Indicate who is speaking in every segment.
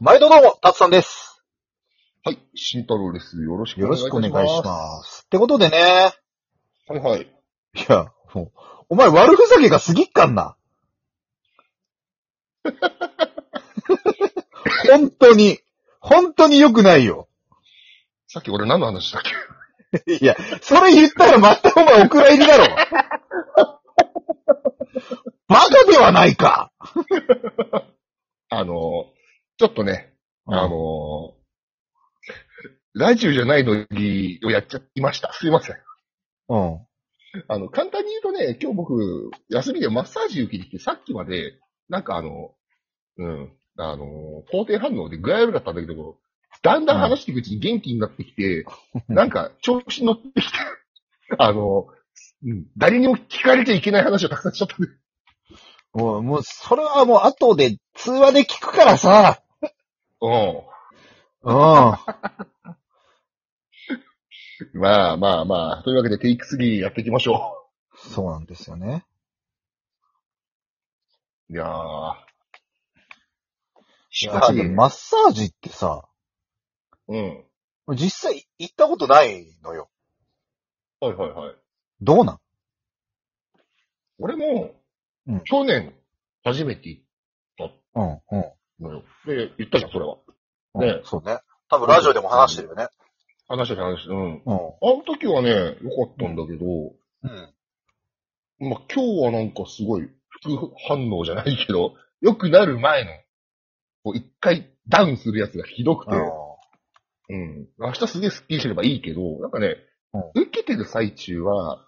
Speaker 1: 毎度どうも、たつさんです。
Speaker 2: はい、慎太郎です。よろしく
Speaker 1: よろしくお願いします。
Speaker 2: す。
Speaker 1: ってことでね、
Speaker 2: はいはい。
Speaker 1: いや、もう、お前悪ふざけが過ぎっかんな。本当に、本当に良くないよ。
Speaker 2: さっき俺何の話だっけ
Speaker 1: いや、それ言ったらまたお前お蔵入りだろ。バカではないか。
Speaker 2: あのー、ちょっとね、あのー、ラジオじゃないのにをやっちゃいました。すいません。
Speaker 1: うん。
Speaker 2: あの、簡単に言うとね、今日僕、休みでマッサージ受けに来て、さっきまで、なんかあの、うん、あのー、肯定反応で具合悪かったんだけど、だんだん話していくうちに元気になってきて、なんか調子乗ってきて、あのー、うん、誰にも聞かれちゃいけない話をたくさんしちゃったんで
Speaker 1: もう、もう、それはもう後で通話で聞くからさ。
Speaker 2: うん。
Speaker 1: うん。は
Speaker 2: まあまあまあ、というわけでテイク3やっていきましょ
Speaker 1: いそうなんですよね。
Speaker 2: う。いやー。しか
Speaker 1: マ
Speaker 2: し、うん。
Speaker 1: ッサージってさ、
Speaker 2: はい
Speaker 1: 実際行ったことないのよ。
Speaker 2: はいはい。
Speaker 1: どうなん
Speaker 2: 俺も
Speaker 1: うん、
Speaker 2: 去年、初めて行っ
Speaker 1: うん、うん。
Speaker 2: たのよ。で、言ったじゃん、それは。
Speaker 1: うん
Speaker 2: ね
Speaker 1: そうね。多分ラジオでも話してるよね。
Speaker 2: 話した話した。うん。
Speaker 1: うん。
Speaker 2: あの時はね、良かったんだけど、
Speaker 1: うん。
Speaker 2: まあ今日はなんかすごい、副反応じゃないけど、良くなる前の、こう一回ダウンするやつがひどくて、うん。明日すげえスッキリしてればいいけど、なんかね、受けてる最中は、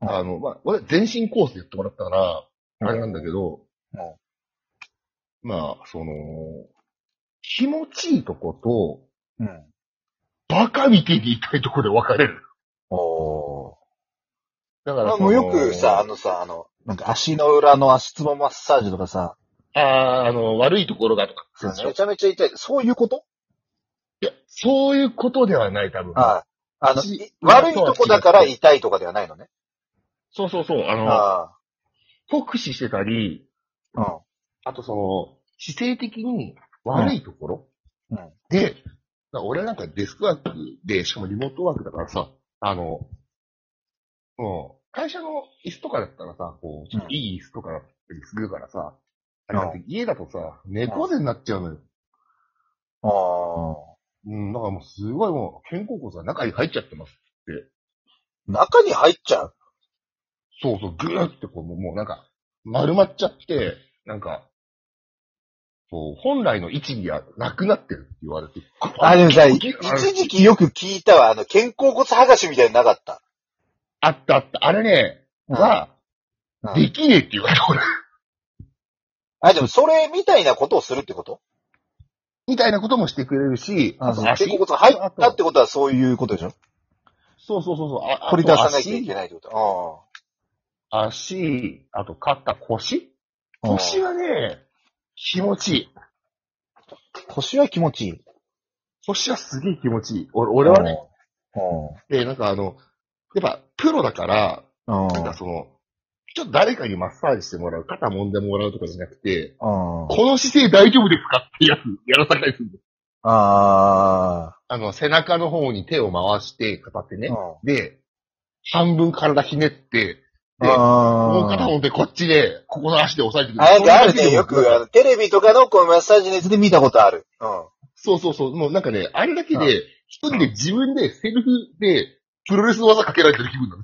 Speaker 1: うん
Speaker 2: あの、まあ、俺全身コースでやってもらったから、あれなんだけど、
Speaker 1: うん
Speaker 2: まあ、その、気持ちいいとこ
Speaker 1: うん。
Speaker 2: と、バカみてえに痛いとこで分かれる。
Speaker 1: おー。
Speaker 2: だか
Speaker 1: あ
Speaker 2: らそ
Speaker 1: も
Speaker 2: の
Speaker 1: うよくさ、あ、のさ、あの、なんか足の裏の足つぼマッサージとかさ、
Speaker 2: あーあの、悪いところがとか。
Speaker 1: そうめちゃめちゃ痛い。そういうこと
Speaker 2: いや、そういうことではない、多分。
Speaker 1: あああの、
Speaker 2: 足
Speaker 1: い悪いとこだから痛いとかではないのね。
Speaker 2: そうそうそう、あの、
Speaker 1: あ
Speaker 2: 酷使してたり、
Speaker 1: あ。うん。
Speaker 2: あとその、姿勢的に悪いところ、
Speaker 1: うんうん
Speaker 2: で、まあ俺なんかデスクワークで、しかもリモートワークだからさ、あの、もう、会社の椅子とかだったらさ、こう、ちょっといい椅子とかだったりするからさ、あれだって家だとさ、猫背になっちゃうのよ。
Speaker 1: ああ。
Speaker 2: うん、だからもうすごいもう、肩甲骨が中に入っちゃってます。
Speaker 1: 中に入っちゃう。
Speaker 2: そうそう、ぐーってこう、もうなんか、丸まっちゃって、なんか、こう、本来の位置にはなくなってるって言われて。
Speaker 1: あ、でもさ、
Speaker 2: 結構
Speaker 1: 一時期よく聞いたわ。あの、肩甲骨剥がしみたいになかった。
Speaker 2: あったあった。あれね、
Speaker 1: うん
Speaker 2: は、
Speaker 1: うん
Speaker 2: できねえって言われた、 俺。
Speaker 1: あ、でもそれみたいなことをするってこと
Speaker 2: みたいなこともしてくれるし、
Speaker 1: あ
Speaker 2: あ
Speaker 1: そう
Speaker 2: と
Speaker 1: 肩
Speaker 2: 足
Speaker 1: 甲。骨が入ったってことはそういうことでしょ
Speaker 2: そうそうそうそう。あ
Speaker 1: 取り出さなきゃい
Speaker 2: あ
Speaker 1: けないってこと。
Speaker 2: と足足、あと肩、腰
Speaker 1: ああ
Speaker 2: 腰はね、気持ちいい。
Speaker 1: 腰は気持ちいい。
Speaker 2: 腰はすげえ気持ちいい。俺俺はね、
Speaker 1: う
Speaker 2: で、なんかあの、やっぱプロだから、
Speaker 1: ん。うん。
Speaker 2: なんかその、ちょっと誰かにマッサージしてもらう、肩揉んでもらうとかじゃなくて、
Speaker 1: うん。
Speaker 2: この姿勢大丈夫ですかってやつ、やらされたりするの。
Speaker 1: あ
Speaker 2: あの、背中の方に手を回して、片手ね
Speaker 1: ー。。うん
Speaker 2: で、半分体ひねって、で、もう片
Speaker 1: あー
Speaker 2: 方でこっちで、ここの足で押さえてく
Speaker 1: あ、なんかあるね。よ
Speaker 2: そんなだけでも
Speaker 1: く、あの、テレビとかのこのマッサージのやつで見たことある。うん。
Speaker 2: そうそうそう。もうなんかね、あれだけ
Speaker 1: う
Speaker 2: で、一人で自分でセルフで、プロレスの技かけられてる気分な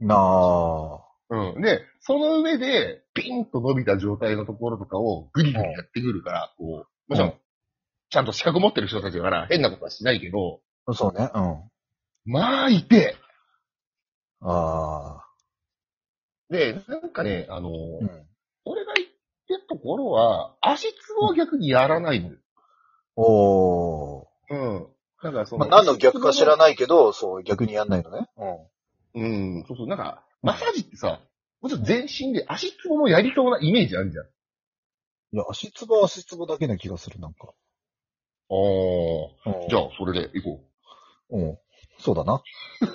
Speaker 1: なあ。
Speaker 2: の。うん。で、その上で、ピンと伸びた状態のところとかをグリグリやってくるから、こう、もちろ、
Speaker 1: うん
Speaker 2: ちゃんと資格持ってる人たちだから変なことはしないけど、
Speaker 1: そうね。うん。
Speaker 2: まあ、痛え。
Speaker 1: ああ。
Speaker 2: で、なんかね、あの、
Speaker 1: うん。
Speaker 2: 俺が言ってたところは、足つぼは逆にやらないのよ。
Speaker 1: おー。
Speaker 2: うん。だからそ
Speaker 1: ま
Speaker 2: の、
Speaker 1: あ、何の逆か知ら
Speaker 2: い。
Speaker 1: ないけど、そう、逆にやんないのね。
Speaker 2: うん、そうそう、なんか、マッサージってさ、もちろん全身で足つぼもやりそうなイメージあるじゃん。あ
Speaker 1: うん。いや、足つぼは足つぼだけな気がする、なんか。
Speaker 2: あじゃ
Speaker 1: あ。
Speaker 2: あ、それで行こ
Speaker 1: うん。そうだな。
Speaker 2: う。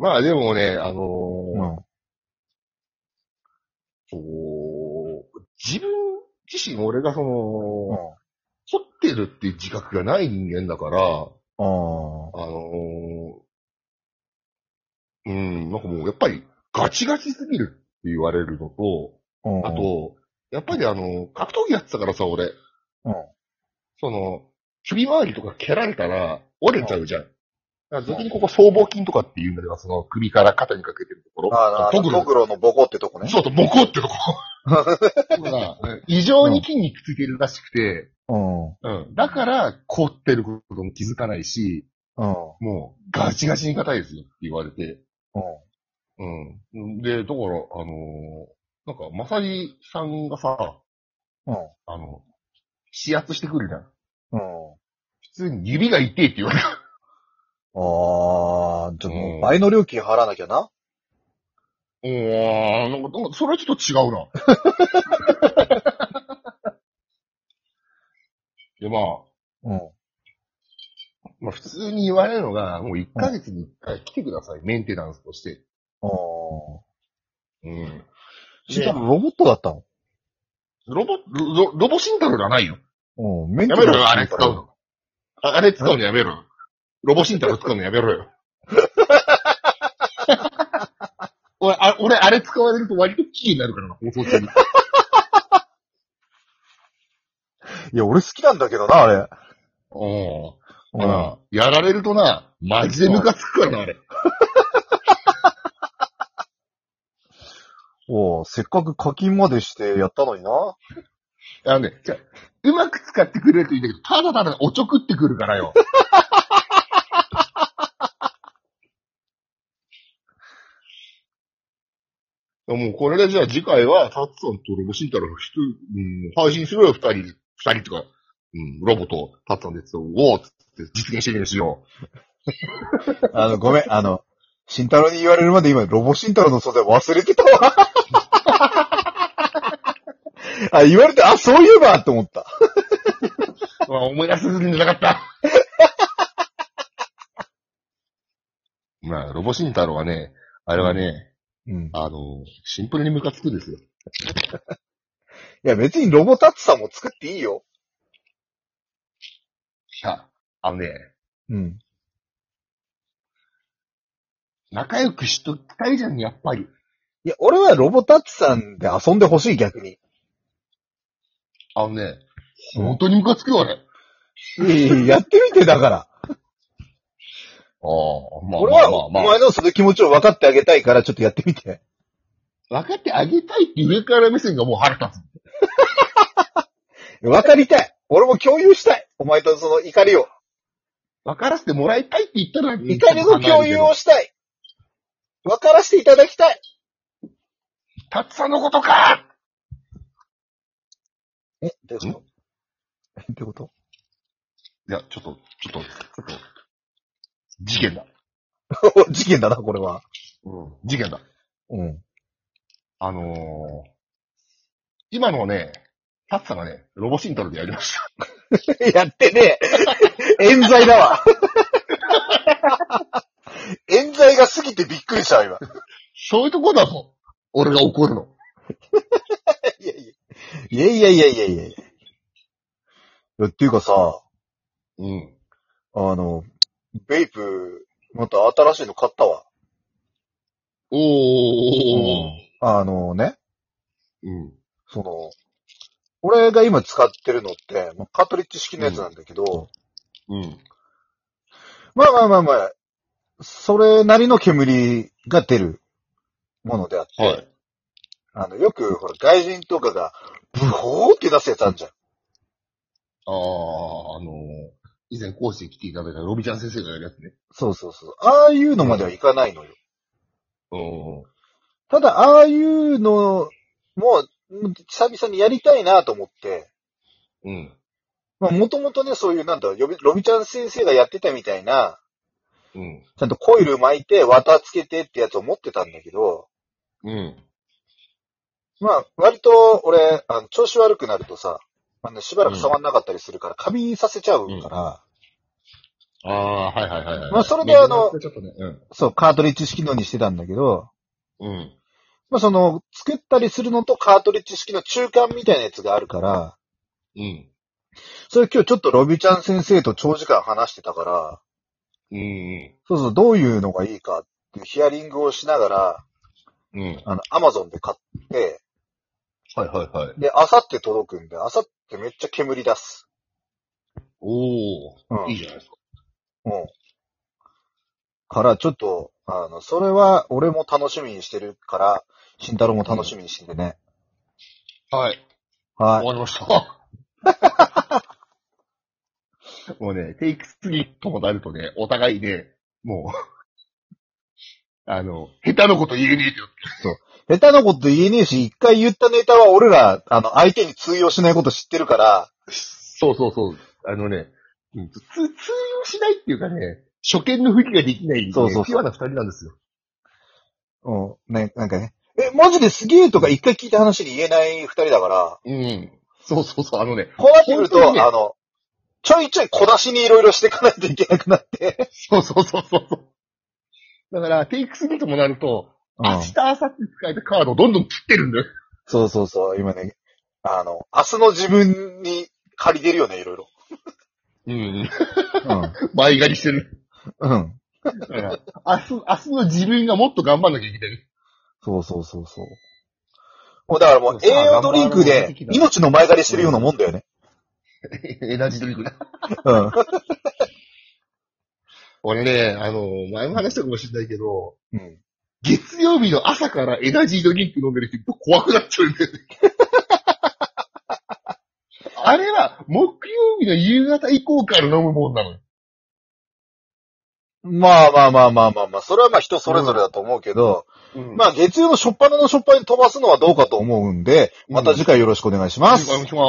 Speaker 2: まあでもね、あのー
Speaker 1: うん。
Speaker 2: こう自分自身俺がその、凝ってるっていう自覚がない人間だか
Speaker 1: あ
Speaker 2: ら、あのーうん、なんかもうやっぱりガチガチすぎるって言われるのと、
Speaker 1: あ
Speaker 2: あ、と、やっぱりあの、格闘技やってたからさ、俺。
Speaker 1: うん
Speaker 2: その、首周りとか蹴られたら、折れちゃうじゃん。だから俗にここ僧帽筋とかって言うんだけど、その首から肩にかけてるところ。
Speaker 3: ああ、
Speaker 2: ト
Speaker 3: ト
Speaker 2: グ
Speaker 3: グ
Speaker 2: ロ
Speaker 3: ロ。のボコってとこね。
Speaker 2: そうそう、ボコってとこ。だから異常に筋肉ついてるらしくて、
Speaker 1: うん。うん。
Speaker 2: うん。だから、凝ってることも気づかないし、もう、ガチガチに硬いですよって言われて。
Speaker 1: う
Speaker 2: うん。で、だから、あのーなんか、まさじさんがさ、
Speaker 1: ん。
Speaker 2: あの、指圧してくるじゃん。
Speaker 1: うん。
Speaker 2: 普通に指が痛いって言われる。
Speaker 1: ああ、で
Speaker 2: うん
Speaker 1: も、
Speaker 3: 倍の料金払わなきゃな。
Speaker 2: おー、なんか、なんかそれはちょっと違うな。 で、まあ、
Speaker 1: うん。
Speaker 2: まあ普通に言われるのが、もう1ヶ月に1回来てください、メンテナンスとして。
Speaker 1: ああ。
Speaker 2: うん。
Speaker 1: しかもロボットだったの
Speaker 2: ロボ、ロロボシンタルじゃないよ。
Speaker 1: うん。免
Speaker 2: やめろよ、あれ使うの。ああれ使うのやめろよ。ロボシンタル使うのやめろ よ。俺、あ俺、あれ使われると割とキーになるからな、放送中に。
Speaker 1: いや、俺好きなんだけどな、あれ。
Speaker 2: おー。
Speaker 1: う
Speaker 2: あら、やられるとな、マジでムカつくからな、あれ。
Speaker 1: おうせっかく課金までしてやったのにな。
Speaker 2: あのね、じゃあうまく使ってくれるといいんだけど、ただただおちょくってくるからよ。 もうこれでじゃあ次回は、タッツさんとロボシンタロの人、うん、配信するよ、二人、二人とか、うん、ロボとタッツさんですよ、おーっつって実現してみるしよ
Speaker 1: あの、ごめん、あの、慎太郎に言われるまで今、ロボ慎太郎の存在忘れてたわ。 あ、言われて、あ、そういえばって思った。
Speaker 2: う。まあ思い出すんじゃなかった。 まあ、ロボシンタロはね、あれはね、
Speaker 1: うん。い
Speaker 2: あの、シンプルにムカつくですよ。
Speaker 1: や、別にロボタッツさんも作っていいよ。
Speaker 2: あ、あのね、
Speaker 1: うん。
Speaker 2: 仲良くしときたいじゃん、やっぱり。
Speaker 1: いや、俺はロボタッツさんで遊んでほしい、逆に。
Speaker 2: あのね、本当にムカつくよ、俺。あ
Speaker 1: いやいや やってみて、だから。
Speaker 2: あ、まあ
Speaker 1: 俺は、
Speaker 2: ま
Speaker 1: お
Speaker 2: あまあまあ
Speaker 1: 前のその気持ちを分かってあげたいから、ちょっとやってみて。
Speaker 2: 分かってあげたいって上から目線がもう腹立つ。
Speaker 1: 分かりたい。俺も共有したい。お前とその怒りを。
Speaker 2: 分からせてもらいたいって言ったら、
Speaker 1: 怒りの共有をしたい。分からせていただきたい。
Speaker 2: たつさんのことか
Speaker 1: え、どういう
Speaker 2: こと
Speaker 1: え、 どういうこと
Speaker 2: いや、ちょっと、ちょっと、ちょっと、事件だ。
Speaker 1: 事件だな、これは。
Speaker 2: うん、事件だ。
Speaker 1: うん。
Speaker 2: あのー、今のをね、たつさんがね、ロボシンタルでやりました。
Speaker 1: やってねえ。 冤罪だわ。冤罪が過ぎてびっくりしたわ、 今。
Speaker 2: そういうとこだぞ。俺が怒るの。
Speaker 1: いやいや。いやいやいやいやいやいや。っていうかさ、
Speaker 2: うん。
Speaker 1: あの、ベイプ、また新しいの買ったわ。
Speaker 2: おー。
Speaker 1: あのね、
Speaker 2: うん。
Speaker 1: その、俺が今使ってるのって、まあカートリッジ式のやつなんだけど、
Speaker 2: うん。
Speaker 1: まあまあまあまあ、それなりの煙が出るものであって、
Speaker 2: はい。
Speaker 1: あの、よく、ほら、外人とかが、ブホーって出すやつあるじゃん。
Speaker 2: ああ、あのー以前講師に来ていただいたロビちゃん先生がやるやつね。
Speaker 1: そうそうそう。ああいうのまではいかないのよ。
Speaker 2: うん。
Speaker 1: ただ、ああいうのも、うん久々にやりたいなと思って、
Speaker 2: うん。
Speaker 1: まあ、もともとね、そういう、なんだろう、よびロビちゃん先生がやってたみたいな、
Speaker 2: うん。
Speaker 1: ちゃんとコイル巻いて、綿つけてってやつを持ってたんだけど、
Speaker 2: うん。
Speaker 1: まあ、割と、俺、あの、調子悪くなるとさ、あの、しばらく触んなかったりするから、過敏させちゃうから、
Speaker 2: ああ、はいはいはいはい。
Speaker 1: まあそれであの
Speaker 2: ちょっとね、
Speaker 1: そう、カートリッジ式のにしてたんだけど、
Speaker 2: うん。うん。
Speaker 1: まあ、その、作ったりするのとカートリッジ式の中間みたいなやつがあるから、
Speaker 2: うん。
Speaker 1: それ今日ちょっとロビちゃん先生と長時間話してたから、
Speaker 2: うん。
Speaker 1: そうそう、どういうのがいいかっていうヒアリングをしながら、
Speaker 2: うん。
Speaker 1: あの、アマゾンで買って、
Speaker 2: はいはいはい。
Speaker 1: で、あさって届くんで、あさってめっちゃ煙出す。
Speaker 2: おお、
Speaker 1: うん
Speaker 2: いいじゃないですか。
Speaker 1: うん。から、ちょっと、あの、それは俺も楽しみにしてるから、慎太郎も楽しみにしててね。
Speaker 2: はい。
Speaker 1: はい
Speaker 2: 終。わりました。 もうね、テイク3ともなるとね、お互いね、もう、あの、下手なこと言えねえってなって
Speaker 1: 下手なこと言えねえし、一回言ったネタは俺ら、あの、相手に通用しないこと知ってるから、
Speaker 2: そうそうそう。あのね、うんつ通用しないっていうかね、初見の吹きができない、ね、
Speaker 1: そうそうそう
Speaker 2: ピュアな二人なんですよ。
Speaker 1: うん、ね、なんかね、え、マジですげえとか一回聞いた話に言えない二人だから、
Speaker 2: うん。そうそうそう、あのね、
Speaker 1: こうなってくる
Speaker 2: 本当
Speaker 1: と、
Speaker 2: にね
Speaker 1: あの、ちょいちょい小出しにいろいろしていかないといけなくなって、
Speaker 2: そうそうそうそうそう。だから、テイク3ともなると、明日、明後日使えたカードをどんどん切ってるんだよ。
Speaker 1: そうそうそう、今ね、あの、明日の自分に借りてるよね、いろいろ。
Speaker 2: うん。
Speaker 1: うん。
Speaker 2: 前借りしてる。
Speaker 1: うん。
Speaker 2: だから、明日、明日の自分がもっと頑張んなきゃいけない。
Speaker 1: そうそうそうそう。もうだからもう栄養ドリンクで命の前借りしてるようなもんだよね。
Speaker 2: エナジードリンクだ。
Speaker 1: うん。
Speaker 2: 俺ね、あの、前も話したかもしれないけど、
Speaker 1: うん。
Speaker 2: 月曜日の朝からエナジードリンク飲んでる人怖くなっちゃうんだよね。あれは木曜日の夕方以降から飲むもんなのよ。
Speaker 1: まあまあまあまあまあまあ、それはまあ人それぞれだと思うけど、
Speaker 2: うん
Speaker 1: まあ月曜の初っ端の初っ端に飛ばすのはどうかと思うんで、また次回よろしくお願いします。
Speaker 2: お願いします